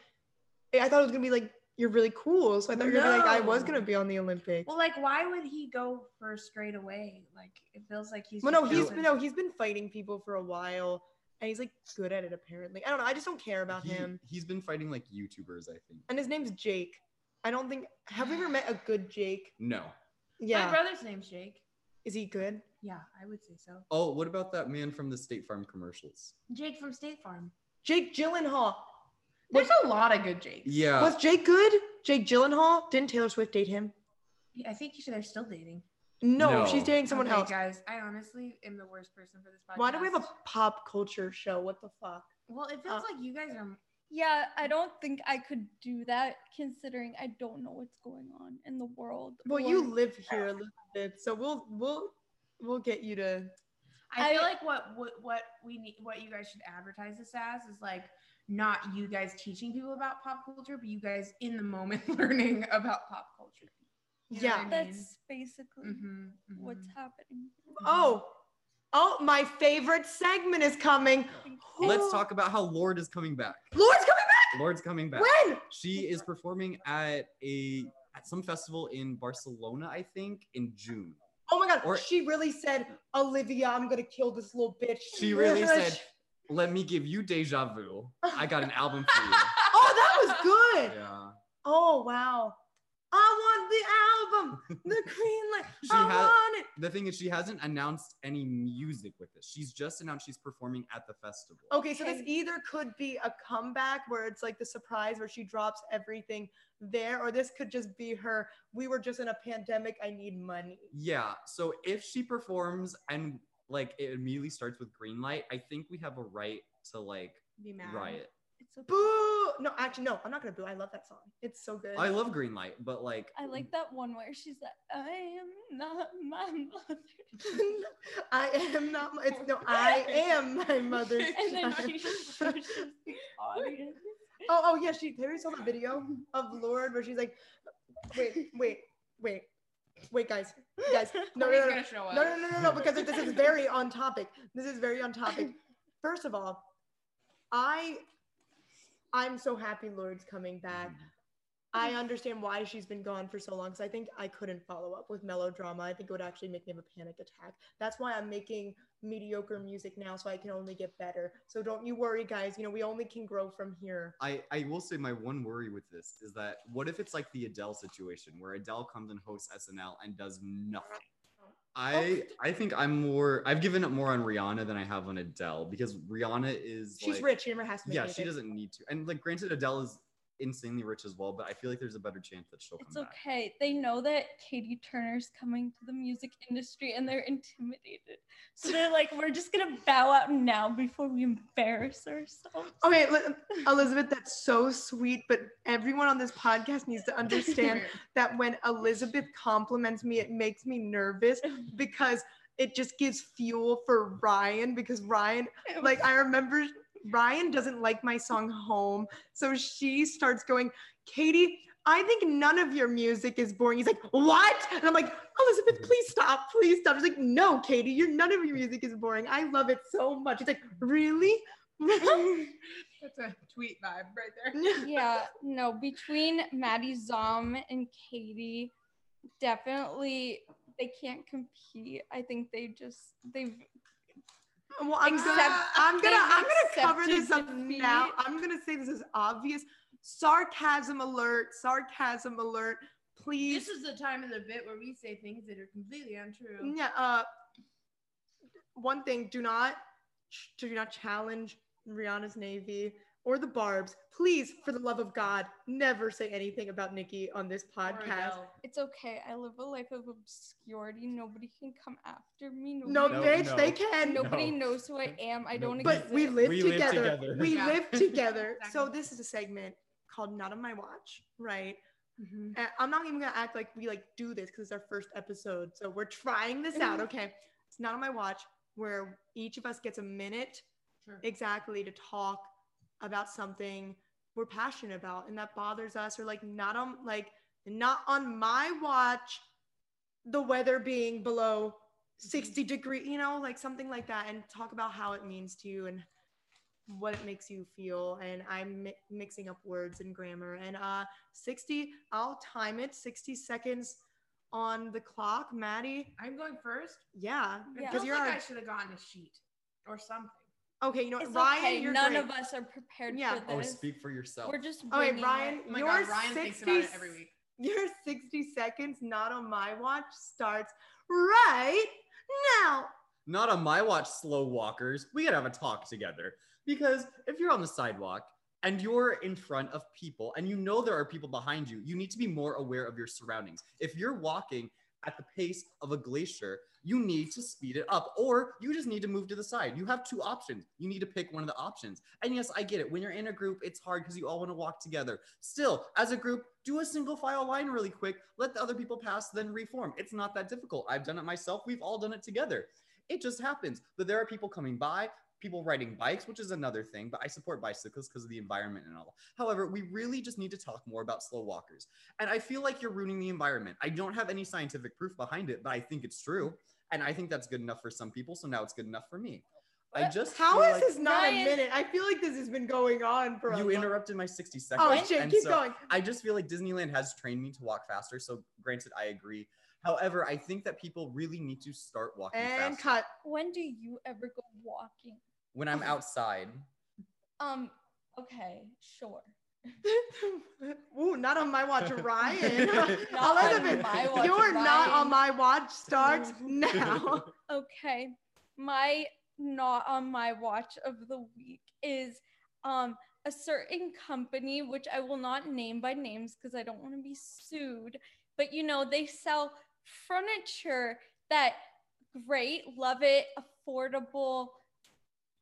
Speaker 1: I thought it was gonna be like, you're really cool. So I thought you were gonna be like, I was
Speaker 4: No.
Speaker 1: gonna be on the Olympics.
Speaker 4: Well, like, why would he go for straight away? Like, it feels like he's.
Speaker 1: Well, no,
Speaker 4: just
Speaker 1: he's
Speaker 4: doing-
Speaker 1: no, he's been fighting people for a while, and he's like good at it apparently. I don't know. I just don't care about
Speaker 3: He-
Speaker 1: him.
Speaker 3: He's been fighting like YouTubers, I think.
Speaker 1: And his name's Jake. I don't think. Have we ever met a good Jake?
Speaker 3: No.
Speaker 1: Yeah.
Speaker 4: My brother's name's Jake.
Speaker 1: Is he good?
Speaker 4: Yeah, I would say so.
Speaker 3: Oh, what about that man from the State Farm commercials?
Speaker 4: Jake from State Farm.
Speaker 1: Jake Gyllenhaal.
Speaker 4: There's a lot of good Jakes.
Speaker 3: Yeah.
Speaker 1: Was Jake good? Jake Gyllenhaal? Didn't Taylor Swift date him?
Speaker 4: Yeah, I think you should, they're still dating.
Speaker 1: No,
Speaker 3: No.
Speaker 1: she's dating someone
Speaker 4: Okay,
Speaker 1: else.
Speaker 4: Guys, I honestly am the worst person for this podcast.
Speaker 1: Why do we have a pop culture show? What the fuck?
Speaker 4: Well, it feels
Speaker 1: uh,
Speaker 4: like you guys are.
Speaker 2: Yeah, I don't think I could do that considering I don't know what's going on in the world.
Speaker 1: Well,
Speaker 2: or-
Speaker 1: you live here a little bit, so we'll we'll we'll get you to.
Speaker 4: I,
Speaker 2: I-
Speaker 4: feel like what, what what we need, what you guys should advertise this as, is like not you guys teaching people about pop culture, but you guys in the moment learning about pop culture. You know
Speaker 1: Yeah. mm-hmm,
Speaker 4: what I mean?
Speaker 2: That's basically
Speaker 4: Mhm, mhm.
Speaker 2: what's happening.
Speaker 1: Oh, oh, my favorite segment is coming.
Speaker 3: Let's talk about how Lord is coming back.
Speaker 1: Lord's coming
Speaker 3: Lord's coming back.
Speaker 1: back. When?
Speaker 3: She is performing at a at some festival in Barcelona, I think, in June.
Speaker 1: Oh my god!
Speaker 3: Or-
Speaker 1: she really said, "Olivia, I'm gonna kill this little bitch."
Speaker 3: She really
Speaker 1: Yes.
Speaker 3: said, "Let me give you deja vu. I got an album for you."
Speaker 1: "Oh, that was good."
Speaker 3: Yeah.
Speaker 1: Oh wow! I want the album, the green light.
Speaker 3: She
Speaker 1: I
Speaker 3: had-
Speaker 1: want it.
Speaker 3: The thing is, she hasn't announced any music with this. She's just announced she's performing at the festival.
Speaker 1: Okay, so this either could be a comeback where it's like the surprise where she drops everything there, or this could just be her. We were just in a pandemic. I need money.
Speaker 3: Yeah. So if she performs and like it immediately starts with green light, I think we have a right to like
Speaker 4: Be mad.
Speaker 3: riot.
Speaker 2: It's a-
Speaker 1: Boo! No, actually, no. I'm not gonna boo. I love that song. It's so good.
Speaker 3: I love green light, but like
Speaker 2: I like that one where she's like, I am not my mother.
Speaker 1: I am not. My, it's, no, I am my mother's
Speaker 2: and then
Speaker 1: child.
Speaker 2: she pushes the audience.
Speaker 1: Oh, oh yeah, she Terry saw the video of Lord where she's like, wait, wait, wait, wait, guys, guys, no,
Speaker 4: Cody's
Speaker 1: no, no,
Speaker 4: gonna show
Speaker 1: no,
Speaker 4: up.
Speaker 1: no, no, no, no, no, because this is very on topic. This is very on topic. First of all, I, I'm so happy Lord's coming back. I understand why she's been gone for so long because I think I couldn't follow up with melodrama. I think it would actually make me have a panic attack. That's why I'm making mediocre music now so I can only get better. So don't you worry, guys. You know, we only can grow from here.
Speaker 3: I, I will say my one worry with this is that what if it's like the Adele situation where Adele comes and hosts SNL and does nothing? I I think I'm more I've given up more on Rihanna than I have on Adele because Rihanna is
Speaker 1: She's
Speaker 3: like-
Speaker 1: rich. She never has to make
Speaker 3: Yeah, she
Speaker 1: anything.
Speaker 3: doesn't need to. And like granted Adele is insanely rich as well, but I feel like there's a better chance that she'll come
Speaker 2: It's
Speaker 3: back.
Speaker 2: okay. They know that Katie Turner's coming to the music industry and they're intimidated. So they're like, we're just going to bow out now before we embarrass ourselves.
Speaker 1: Okay, Li- Elizabeth, that's so sweet, but everyone on this podcast needs to understand that when Elizabeth compliments me, it makes me nervous because it just gives fuel for Ryan because Ryan, like, I remember Ryan doesn't like my song Home. So she starts going, Katie, I think none of your music is boring. He's like, What? And I'm like, Elizabeth, please stop. Please stop. She's like, No, Katie, your none of your music is boring. I love it so much. He's like, Really?
Speaker 4: That's a tweet vibe right there.
Speaker 2: yeah, no, between Maddie Zom and Katie, definitely they can't compete. I think they just they've
Speaker 1: Well, I'm gonna,
Speaker 2: Accept-
Speaker 1: I'm gonna,
Speaker 2: they've
Speaker 1: I'm gonna cover
Speaker 2: accepted
Speaker 1: this up
Speaker 2: defeat.
Speaker 1: now. I'm gonna say this is obvious. Sarcasm alert! Sarcasm alert! Please,
Speaker 4: This is the time of the bit where we say things that are completely untrue.
Speaker 1: yeah. Uh, one thing: do not, ch- do not challenge Rihanna's Navy or the Barb's. Please, for the love of God, never say anything about Nikki on this
Speaker 4: Or
Speaker 1: podcast.
Speaker 4: no.
Speaker 2: it's okay. I live a life of obscurity. Nobody can come after me.
Speaker 1: No,
Speaker 2: Nobody,
Speaker 1: bitch,
Speaker 3: no.
Speaker 1: they can.
Speaker 2: nobody
Speaker 3: No.
Speaker 2: knows who I am. I
Speaker 3: No.
Speaker 2: don't
Speaker 1: But we
Speaker 2: exist.
Speaker 1: live,
Speaker 3: We live
Speaker 1: together.
Speaker 3: together.
Speaker 1: We
Speaker 4: Yeah.
Speaker 1: live together. So
Speaker 4: Exactly.
Speaker 1: this is a segment called "Not on My Watch," right?
Speaker 4: Mhm.
Speaker 1: And I'm not even gonna act like we like do this because it's our first episode. So we're trying this out. Okay. It's not on my watch where each of us gets a minute
Speaker 4: Sure.
Speaker 1: exactly to talk about something we're passionate about and that bothers us or like not on like not on my watch the weather being below
Speaker 4: Mm-hmm.
Speaker 1: 60 degree you know like something like that and talk about how it means to you and what it makes you feel and i'm mi- mixing up words and grammar and uh 60 i'll time it 60 seconds on the clock maddie
Speaker 4: I'm going first.
Speaker 1: yeah
Speaker 4: It
Speaker 2: Yeah.
Speaker 4: feels
Speaker 1: because you're
Speaker 4: like
Speaker 1: our-
Speaker 4: I should have gotten a sheet or something.
Speaker 1: okay you know what
Speaker 2: It's
Speaker 1: ryan
Speaker 2: okay.
Speaker 1: you're
Speaker 2: None
Speaker 1: great.
Speaker 2: of us are prepared
Speaker 1: Yeah.
Speaker 2: for
Speaker 3: Oh,
Speaker 2: this.
Speaker 3: speak for yourself.
Speaker 2: We're just
Speaker 1: Okay,
Speaker 2: winging
Speaker 1: Ryan,
Speaker 2: it.
Speaker 4: Oh my
Speaker 1: your
Speaker 4: God, Ryan
Speaker 1: 60,
Speaker 4: thinks about it every week.
Speaker 1: Your 60 seconds, not on my watch, starts right now.
Speaker 3: not on my watch, slow walkers. We gotta have a talk together. Because if you're on the sidewalk and you're in front of people and you know there are people behind you, you need to be more aware of your surroundings. If you're walking at the pace of a glacier, you need to speed it up or you just need to move to the side. You have two options. You need to pick one of the options. And yes, I get it. When you're in a group, it's hard because you all wanna walk together. Still, as a group, do a single file line really quick, let the other people pass, then reform. It's not that difficult. I've done it myself. We've all done it together. It just happens. But there are people coming by, people riding bikes, which is another thing. But I support bicycles because of the environment and all. However, we really just need to talk more about slow walkers. And I feel like you're ruining the environment. I don't have any scientific proof behind it, but I think it's true. And I think that's good enough for some people. So now it's good enough for me. I
Speaker 2: What?
Speaker 3: just
Speaker 1: How
Speaker 3: feel
Speaker 1: is
Speaker 3: like
Speaker 1: this not a
Speaker 2: Ryan-
Speaker 1: minute? I feel like this has been going on for a
Speaker 3: You
Speaker 1: long-
Speaker 3: interrupted my 60 seconds.
Speaker 1: Oh shit,
Speaker 3: and
Speaker 1: keep
Speaker 3: so
Speaker 1: going.
Speaker 3: I just feel like Disneyland has trained me to walk faster. So granted, I agree. However, I think that people really need to start walking
Speaker 1: And
Speaker 3: faster.
Speaker 1: cut.
Speaker 2: When do you ever go walking?
Speaker 3: When I'm outside,
Speaker 2: Um, okay, sure.
Speaker 1: Ooh, not on my watch, Ryan.
Speaker 2: Not on
Speaker 1: Elizabeth,
Speaker 2: my watch,
Speaker 1: you're not on
Speaker 2: Ryan.
Speaker 1: my watch starts now.
Speaker 2: Okay. My not on my watch of the week is um a certain company which I will not name by names because I don't want to be sued, but you know, they sell furniture that great, love it, affordable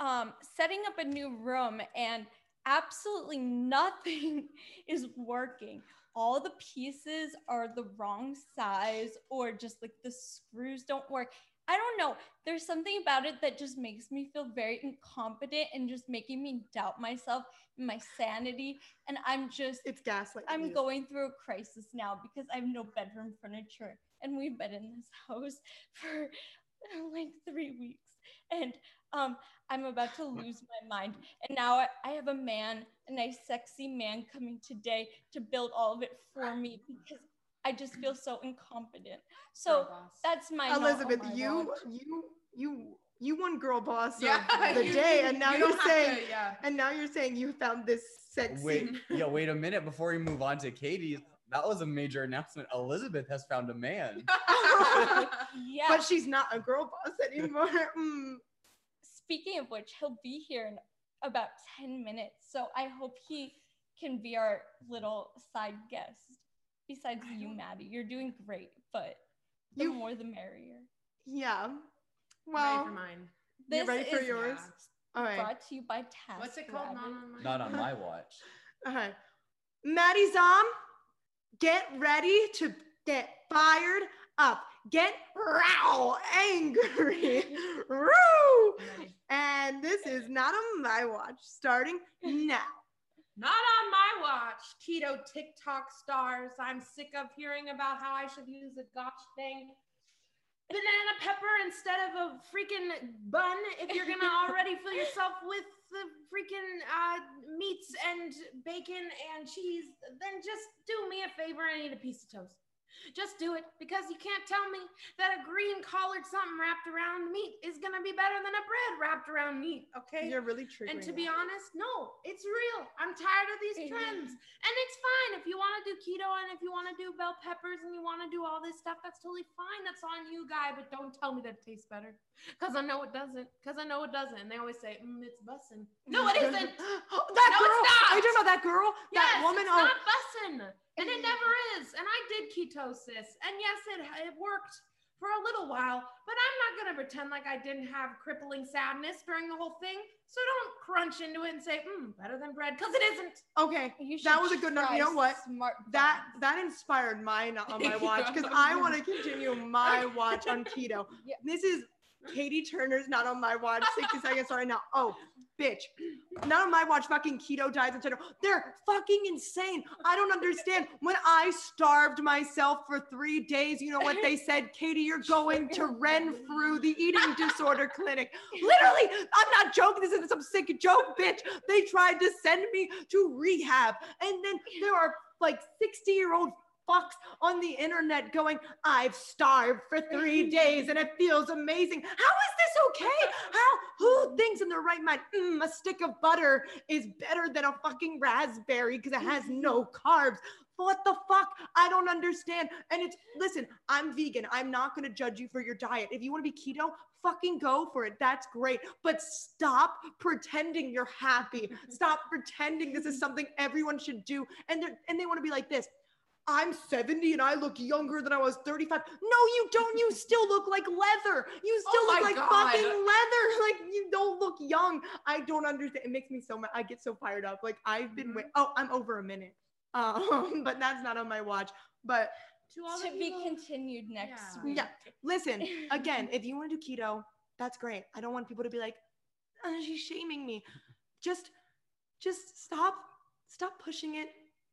Speaker 2: um setting up a new room and absolutely nothing is working all the pieces are the wrong size or just like the screws don't work. I don't know. There's something about it that just makes me feel very incompetent and just making me doubt myself and my sanity. And I'm just,
Speaker 1: It's gaslight.
Speaker 2: I'm going through a crisis now because I have no bedroom furniture. And we've been in this house for like three weeks. And um, I'm about to lose my mind. And now I, I have a man, a nice, sexy man coming today to build all of it for me because I just feel so incompetent. So that's my not on
Speaker 1: Elizabeth,
Speaker 2: my
Speaker 1: you
Speaker 2: watch.
Speaker 1: you you you won girl boss of
Speaker 4: yeah,
Speaker 1: the
Speaker 4: you-
Speaker 1: day, and now
Speaker 4: you
Speaker 1: you
Speaker 4: don't
Speaker 1: are
Speaker 4: have
Speaker 1: saying
Speaker 4: to- yeah.
Speaker 1: and now you're saying you found this sexy
Speaker 3: wait, yeah, wait a minute before we move on to Katie's. That was a major announcement. Elizabeth has found a man.
Speaker 2: yeah.
Speaker 1: but she's not a girl boss anymore. Mm.
Speaker 2: speaking of which, he'll be here in about 10 minutes. So I hope he can be our little side guest. Besides you, Maddie, you're doing great, but the
Speaker 1: You-
Speaker 2: more the merrier.
Speaker 1: Yeah.
Speaker 4: Ready
Speaker 1: Well,
Speaker 4: for mine.
Speaker 1: you
Speaker 2: This
Speaker 1: ready for
Speaker 2: is
Speaker 1: yours?
Speaker 4: Yeah.
Speaker 1: all right,
Speaker 2: brought to you by Task.
Speaker 4: What's it called? Not
Speaker 2: Rabbit.
Speaker 4: on mine.
Speaker 3: Not on my watch.
Speaker 1: all right. Uh-huh. Maddie Zom, get ready to get fired up. Get row angry. Roo!
Speaker 4: I'm ready.
Speaker 1: And this is not on my watch starting now.
Speaker 4: Not on my watch. Keto TikTok stars. I'm sick of hearing about how I should use a gosh dang banana pepper instead of a freaking bun if you're gonna already fill yourself with the freaking uh, meats and bacon and cheese, then just do me a favor and eat a piece of toast. Just do it because you can't tell me that a green collared something wrapped around meat is gonna be better than a bread wrapped around meat, okay?
Speaker 1: You're really triggering.
Speaker 4: And to
Speaker 1: me.
Speaker 4: be honest, no, it's real. I'm tired of these trends. And it's fine if you want to do keto and if you want to do bell peppers and you want to do all this stuff. That's totally fine. That's on you, guy. But don't tell me that it tastes better because I know it doesn't. Because I know it doesn't. And they always say, mm, it's bussin'. No, it isn't.
Speaker 1: Oh, that
Speaker 4: No, it's
Speaker 1: girl.
Speaker 4: not.
Speaker 1: Are you talking about that girl? that
Speaker 4: Yes,
Speaker 1: woman. Oh, on
Speaker 4: it's not bussin'. And it never is. And I did ketosis. And yes, it, it worked for a little while. But I'm not going to pretend like I didn't have crippling sadness during the whole thing. So don't crunch into it and say, mm, better than bread because it isn't.
Speaker 1: okay.
Speaker 2: You
Speaker 1: That
Speaker 2: should
Speaker 1: was a good number. You
Speaker 2: try
Speaker 1: know what?
Speaker 2: Smart
Speaker 1: That
Speaker 2: buns.
Speaker 1: that inspired mine on my watch because I want to continue my watch on keto.
Speaker 2: Yeah.
Speaker 1: This is Katie Turner's not on my watch. 60 seconds sorry now. Oh, bitch. Not on my watch. Fucking keto diets and keto- They're fucking insane. I don't understand. When I starved myself for three days, you know what they said? Katie, you're going to Renfrew, the eating disorder clinic. Literally, I'm not joking. This isn't some sick joke, bitch. They tried to send me to rehab. And then there are like 60 year old fucks on the internet going, I've starved for three days and it feels amazing. How is this okay? How, who thinks in their right mind, "Mm, a stick of butter is better than a fucking raspberry because it has no carbs? What the fuck? I don't understand. And it's, listen, I'm vegan. I'm not going to judge you for your diet. If you want to be keto, fucking go for it. That's great. But stop pretending you're happy. Stop pretending this is something everyone should do. And, they're- and they want to be like this. I'm 70 and I look younger than I was 35. No, you don't. You still look like leather. You still
Speaker 4: Oh
Speaker 1: look
Speaker 4: my
Speaker 1: like
Speaker 4: God.
Speaker 1: fucking leather. Like you don't look young. I don't understand. It makes me so mad. I get so fired up. Like I've been
Speaker 4: Mhm.
Speaker 1: wait. Oh, I'm over a minute. Um, but that's not on my watch. But
Speaker 4: To all the
Speaker 2: to be
Speaker 4: people-
Speaker 2: continued next
Speaker 4: Yeah.
Speaker 2: week.
Speaker 1: yeah, listen, again, if you want to do keto, that's great. I don't want people to be like, oh, she's shaming me. Just just stop, stop pushing it.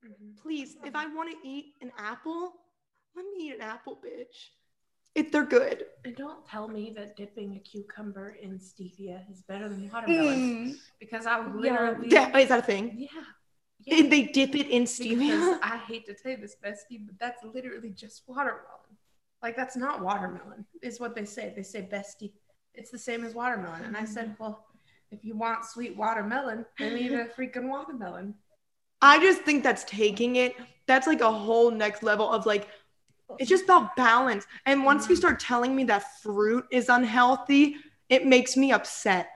Speaker 4: Mm-hmm.
Speaker 1: Please, if I want to eat an apple, let me eat an apple, bitch. If they're good.
Speaker 4: And don't tell me that dipping a cucumber in stevia is better than watermelon
Speaker 2: Mm.
Speaker 4: because I would
Speaker 2: Yeah.
Speaker 4: literally.
Speaker 1: Yeah, is that a thing?
Speaker 4: Yeah.
Speaker 1: And They dip it in
Speaker 4: Because
Speaker 1: stevia.
Speaker 4: I hate to tell you this, bestie, but that's literally just watermelon. Like that's not watermelon, is what they say. They say bestie. It's the same as watermelon. And I said, well, if you want sweet watermelon, then eat a freaking watermelon.
Speaker 1: I just think that's taking it. That's like a whole next level of like, it's just about balance. And once you
Speaker 4: Mhm.
Speaker 1: start telling me that fruit is unhealthy, it makes me upset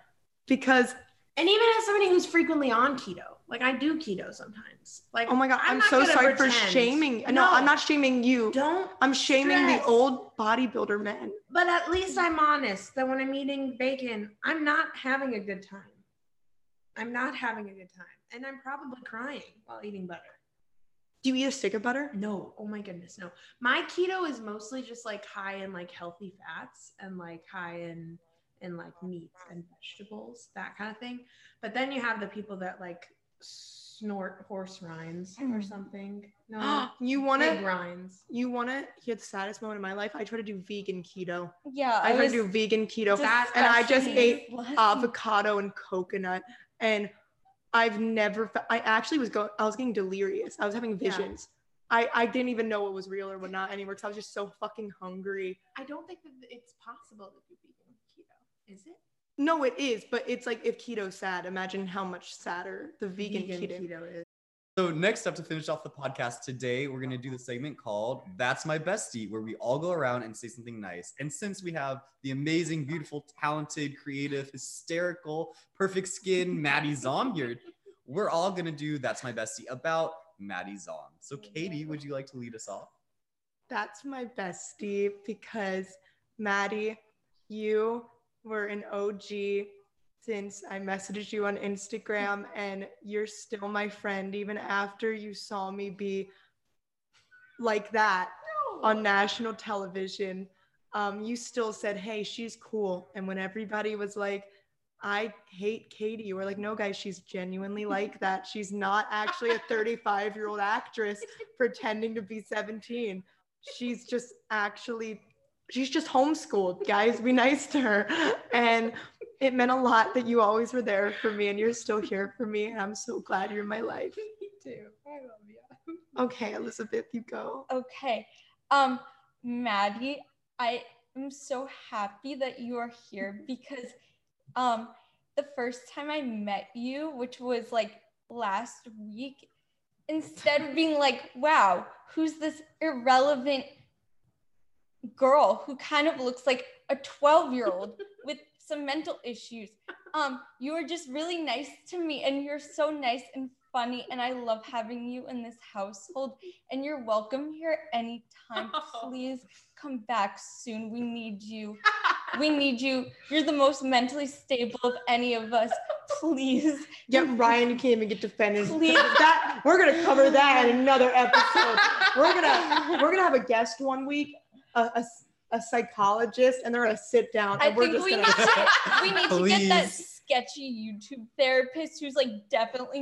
Speaker 1: because,
Speaker 4: And even as somebody who's frequently on keto, like I do keto sometimes. Like
Speaker 1: oh my God, I'm,
Speaker 4: not
Speaker 1: so
Speaker 4: gonna
Speaker 1: sorry for
Speaker 4: pretend.
Speaker 1: shaming. No, I'm not shaming you.
Speaker 4: Don't
Speaker 1: I'm shaming the
Speaker 4: stress.
Speaker 1: old bodybuilder men.
Speaker 4: But at least I'm honest that when I'm eating bacon, I'm not having a good time. I'm not having a good time. And I'm probably crying while eating butter.
Speaker 1: Do you eat a stick of butter?
Speaker 4: No, oh my goodness, no. My keto is mostly just like high in like healthy fats and like high in in like meats and vegetables, that kind of thing. But then you have the people that like snort horse rinds or
Speaker 1: Mm.
Speaker 4: something. No,
Speaker 1: you want
Speaker 4: pig
Speaker 1: to?
Speaker 4: rinds.
Speaker 1: You want to hear the saddest moment of my life? I try to do vegan keto.
Speaker 2: Yeah.
Speaker 1: I, try
Speaker 2: was
Speaker 1: to do vegan keto.
Speaker 4: Just- that,
Speaker 1: and I just
Speaker 2: discussing
Speaker 1: ate
Speaker 2: this last
Speaker 1: avocado and coconut and i've never fe- i actually was going i was getting delirious i was having
Speaker 4: Yeah.
Speaker 1: visions i i didn't even know what was real or what not anymore because i was just so fucking hungry
Speaker 4: I don't think that it's possible to do vegan keto, is it?
Speaker 1: no it is but it's like if keto's sad imagine how much sadder the vegan, keto,
Speaker 4: is.
Speaker 3: So next up to finish off the podcast today, we're gonna do the segment called "That's My Bestie," where we all go around and say something nice. And since we have the amazing, beautiful, talented, creative, hysterical, perfect skin Maddie Zom here, we're all gonna do "That's My Bestie" about Maddie Zom. So Katie, would you like to lead us off?
Speaker 1: that's my bestie because maddie you were an og since i messaged you on instagram and you're still my friend even after you saw me be like that on national television, um, you still said, "Hey, she's cool." And when everybody was like, "I hate Katie," you were like, "No, guys, she's genuinely like that. She's not actually a 35-year-old actress pretending to be 17. She's just actually, she's just homeschooled. Guys, be nice to her." And It meant a lot that you always were there for me and you're still here for me. And I'm so glad you're in my life.
Speaker 4: Me too. I love you.
Speaker 1: Okay, Elizabeth, you go.
Speaker 2: Okay. Um, Maddie, I am so happy that you are here because um the first time I met you, which was like last week, instead of being like, wow, who's this irrelevant girl who kind of looks like a 12-year-old with some mental issues. Um, you were just really nice to me and you're so nice and funny and I love having you in this household and you're welcome here anytime.
Speaker 4: Oh.
Speaker 2: Please come back soon. We need you. We need you. You're the most mentally stable of any of us. Please.
Speaker 1: Yeah, Ryan, you can't even get defended.
Speaker 2: Please.
Speaker 1: That we're gonna cover that in another episode. We're gonna we're gonna have a guest one week, a, a s- a psychologist, and they're gonna sit down.
Speaker 2: I
Speaker 1: And we're
Speaker 2: think
Speaker 1: just
Speaker 2: we
Speaker 1: gonna
Speaker 2: need to we need to get that
Speaker 3: Please.
Speaker 2: sketchy YouTube therapist who's like definitely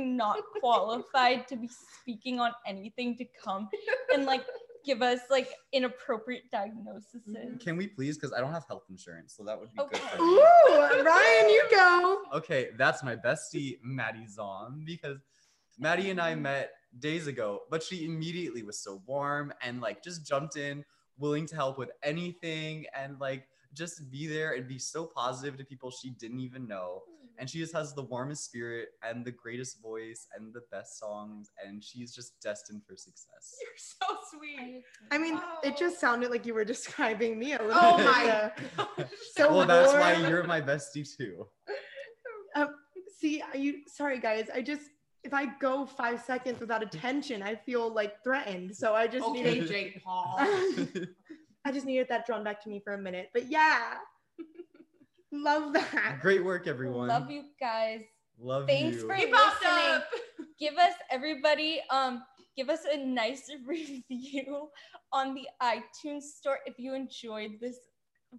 Speaker 2: not qualified to be speaking on anything to come and like give us like inappropriate diagnoses.
Speaker 1: Mm-hmm.
Speaker 3: Can we please? Because I don't have health insurance, so that would be good.
Speaker 2: Okay.
Speaker 3: For me.
Speaker 1: Ooh, Ryan, you go.
Speaker 3: Okay, that's my bestie, Maddie Zom, because Maddie and I met days ago, but she immediately was so warm and like just jumped in, willing to help with anything and like just be there and be so positive to people she didn't even know. And she just has the warmest spirit and the greatest voice and the best songs, and she's just destined for success.
Speaker 4: You're so sweet.
Speaker 1: I mean, it just sounded like you were describing me a little
Speaker 4: Oh
Speaker 1: bit.
Speaker 4: my
Speaker 1: there. So
Speaker 3: Well, that's
Speaker 1: warm.
Speaker 3: why you're my bestie too.
Speaker 1: See, you sorry guys, I just if I go five seconds without attention, I feel like threatened. So I just
Speaker 4: okay,
Speaker 1: needed
Speaker 4: Jake Paul.
Speaker 1: I just needed that drawn back to me for a minute. But yeah. Love that.
Speaker 3: Great work, everyone.
Speaker 2: Love you guys.
Speaker 3: Love
Speaker 2: Thanks
Speaker 3: you.
Speaker 2: for
Speaker 4: He popped
Speaker 2: listening.
Speaker 4: up.
Speaker 2: give us everybody um give us a nice review on the iTunes store if you enjoyed this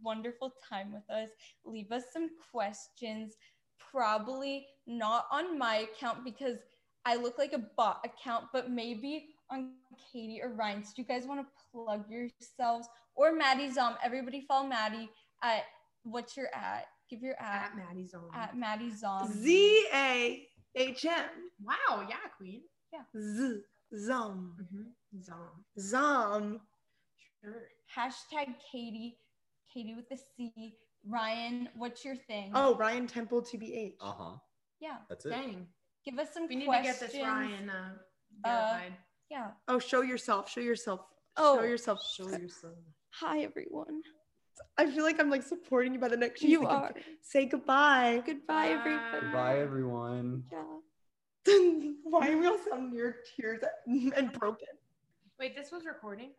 Speaker 2: wonderful time with us leave us some questions probably not on my account because I look like a bot account but maybe on Katie or Ryan's do you guys want to plug yourselves or Maddie's um everybody follow Maddie at what's your at give your at
Speaker 4: At Maddie's on.
Speaker 2: at Maddie's on
Speaker 1: Z A H M.
Speaker 4: Wow, yeah, Queen.
Speaker 1: Z Zom.
Speaker 4: Mm-hmm, Zom.
Speaker 1: Zom.
Speaker 4: Sure.
Speaker 2: hashtag Katie, Katie with a C. Ryan, what's your thing?
Speaker 1: Oh, Ryan Temple TBH.
Speaker 2: Oh.
Speaker 3: Uh huh.
Speaker 2: yeah.
Speaker 3: That's it.
Speaker 4: Dang.
Speaker 2: Give us some
Speaker 4: We need
Speaker 2: questions.
Speaker 4: to get this Ryan uh,
Speaker 2: Uh,
Speaker 4: verified.
Speaker 2: Yeah.
Speaker 1: Oh, show yourself. Show yourself.
Speaker 2: Oh.
Speaker 1: Show yourself.
Speaker 4: yourself.
Speaker 2: Hi, everyone.
Speaker 1: I feel like I'm like supporting you by the next. she's
Speaker 2: You
Speaker 1: like,
Speaker 2: are.
Speaker 1: Say goodbye.
Speaker 2: Goodbye,
Speaker 4: Bye.
Speaker 2: everybody.
Speaker 3: Goodbye, everyone.
Speaker 2: Yeah.
Speaker 1: Why we all sound near tears and broken?
Speaker 4: Wait, this was recording?